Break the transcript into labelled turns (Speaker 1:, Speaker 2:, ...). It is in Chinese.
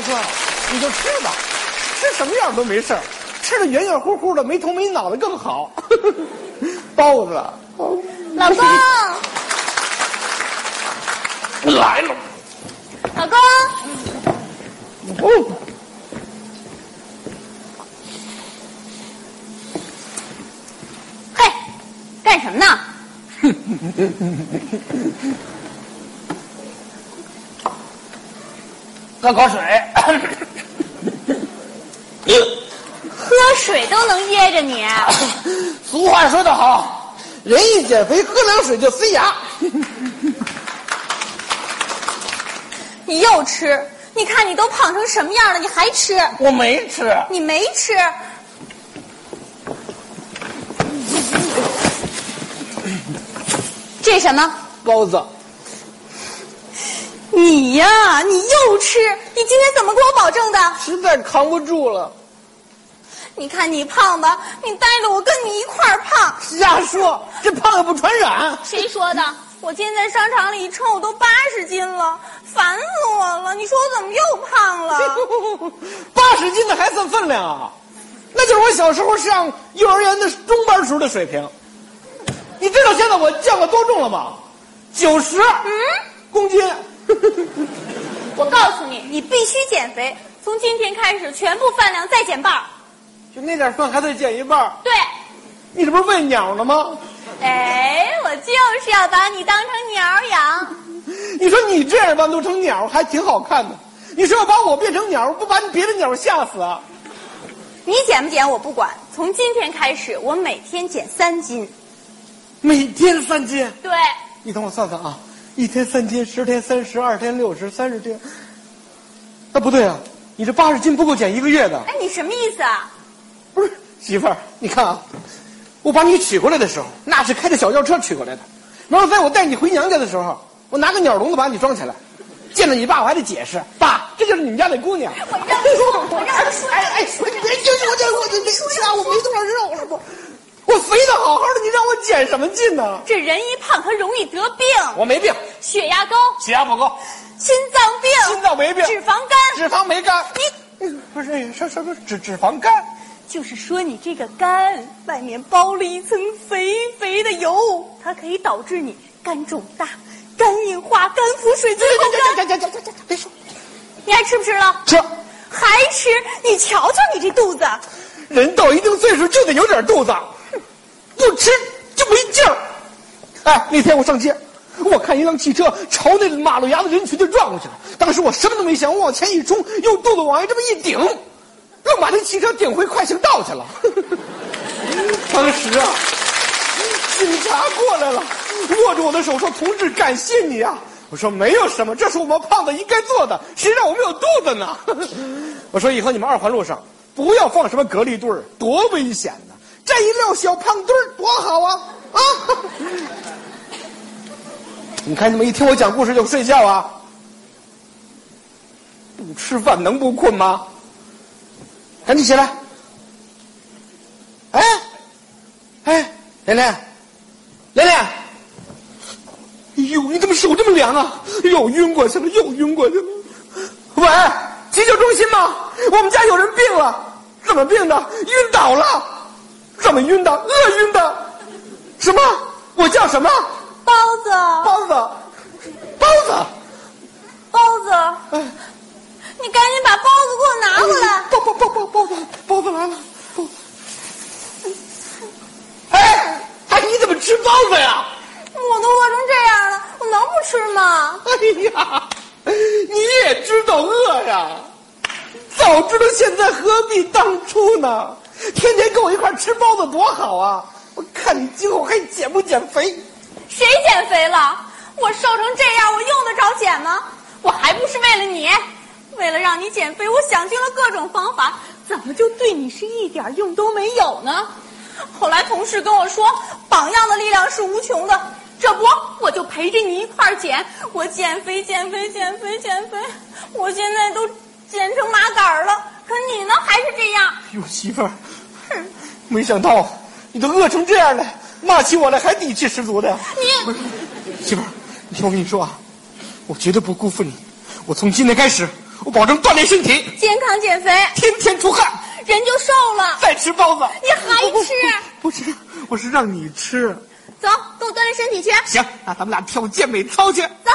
Speaker 1: 说，你就吃吧，吃什么样都没事儿，吃的圆圆乎乎的，没头没脑的更好。 包子，
Speaker 2: 老公，
Speaker 1: 来了，
Speaker 2: 老公，
Speaker 1: 哦，
Speaker 2: 嘿，干什么呢？
Speaker 1: 喝口水。
Speaker 2: 喝水都能噎着你，
Speaker 1: 俗话说得好，人一减肥，喝凉水就塞牙。
Speaker 2: 你又吃，你看你都胖成什么样了，你还吃？
Speaker 1: 我没吃，
Speaker 2: 你没 吃，这什么？
Speaker 1: 包子，
Speaker 2: 你呀、你又吃！你今天怎么给我保证的？
Speaker 1: 实在扛不住了。
Speaker 2: 你看你胖吧，你带着我跟你一块儿胖。
Speaker 1: 瞎说，这胖也不传染。
Speaker 2: 谁说的？我今天在商场里一称，我都八十斤了，烦死我了！你说我怎么又胖了？
Speaker 1: 八十斤的还算分量啊？那就是我小时候上幼儿园的中班时候的水平。你知道现在我降了多重了吗？九十
Speaker 2: 嗯，
Speaker 1: 公斤。
Speaker 2: 我告诉你，你必须减肥，从今天开始全部饭量再减半儿。
Speaker 1: 就那点饭还得减一半儿，
Speaker 2: 对，
Speaker 1: 你这不是喂鸟呢吗？
Speaker 2: 哎，我就是要把你当成鸟儿养。
Speaker 1: 你说你这样吧，弄成鸟还挺好看的。你说要把我变成鸟，不把你别的鸟吓死啊？
Speaker 2: 你减不减我不管，从今天开始我每天减三斤。
Speaker 1: 每天三斤，
Speaker 2: 对，
Speaker 1: 你等我算算啊，一天三斤，十天三十，二天六十，三十天。那不对啊，你这八十斤不够减一个月的。
Speaker 2: 哎，你什么意思啊？
Speaker 1: 不是媳妇儿，你看啊，我把你娶过来的时候，那是开着小轿车娶过来的。然后在我带你回娘家的时候，我拿个鸟笼子把你装起来。见了你爸，我还得解释，爸，这就是你们家那姑娘。
Speaker 2: 我让你说，我让你说。
Speaker 1: 哎哎，你别听我这，我这没吃啊，我没多少肉了，我我肥的好好的，你让我减什么劲呢？
Speaker 2: 这人一胖，他容易得病，
Speaker 1: 我没病，
Speaker 2: 血压高、
Speaker 1: 血压不高，
Speaker 2: 心脏病、
Speaker 1: 心脏没病，
Speaker 2: 脂肪肝。
Speaker 1: 脂肪没肝。
Speaker 2: 你
Speaker 1: 嗯不是什什么脂脂肪肝？
Speaker 2: 就是说你这个肝外面包了一层肥肥的油，它可以导致你肝肿大、肝硬化、肝腹水、最后肝。
Speaker 1: 这这这这这别说，
Speaker 2: 你还吃不吃了？
Speaker 1: 这
Speaker 2: 还吃？你瞧瞧你这肚子，
Speaker 1: 人到一定岁数就得有点肚子，不吃就没劲儿。哎，那天我上街，我看一辆汽车朝那马路牙子人群就撞过去了。当时我什么都没想，我往前一冲，用肚子往外这么一顶，愣把那汽车顶回快行道去了。 当时啊，警察过来了，握着我的手说：“同志，感谢你啊！”我说：“没有什么，这是我们胖子应该做的，谁让我们有肚子呢？” 我说：“以后你们二环路上不要放什么隔离墩儿，多危险呐！站一溜小胖墩儿多好啊！啊！ 你看你们一听我讲故事就睡觉啊，不吃饭能不困吗？赶紧起来！哎，哎，莲莲，莲莲，哎呦，你怎么手这么凉啊？又晕过去了，又晕过去了。喂，急救中心吗？我们家有人病了，怎么病的？晕倒了，怎么晕的？饿晕的，什么？我叫什么？
Speaker 2: 包子，
Speaker 1: 包子，包子，
Speaker 2: 包子，
Speaker 1: 哎，
Speaker 2: 你赶紧把包子给我拿过来。
Speaker 1: 包包包包包子，包子来了，包。哎，哎，你怎么吃包子呀？
Speaker 2: 我都饿成这样了，我能不吃吗？
Speaker 1: 哎呀，你也知道饿呀！早知道现在何必当初呢？天天跟我一块儿吃包子多好啊！我看你今后还减不减肥？
Speaker 2: 谁减肥了？我瘦成这样，我用得着减吗？我还不是为了你，为了让你减肥，我想尽了各种方法，怎么就对你是一点用都没有呢？后来同事跟我说，榜样的力量是无穷的，这不我就陪着你一块儿减，我减肥减肥减肥减肥，我现在都减成麻杆儿了，可你呢还是这样。
Speaker 1: 哟，哎媳妇儿，没想到你都饿成这样了，骂起我来还底气十足的。
Speaker 2: 你
Speaker 1: 媳妇儿，你听我跟你说啊，我绝对不辜负你。我从今天开始，我保证锻炼身体，
Speaker 2: 健康减肥，
Speaker 1: 天天出汗，
Speaker 2: 人就瘦了。
Speaker 1: 再吃包子。
Speaker 2: 你还吃？啊
Speaker 1: 不是，我是让你吃。
Speaker 2: 走，跟我锻炼身体去。
Speaker 1: 行，那咱们俩跳健美操去。
Speaker 2: 走。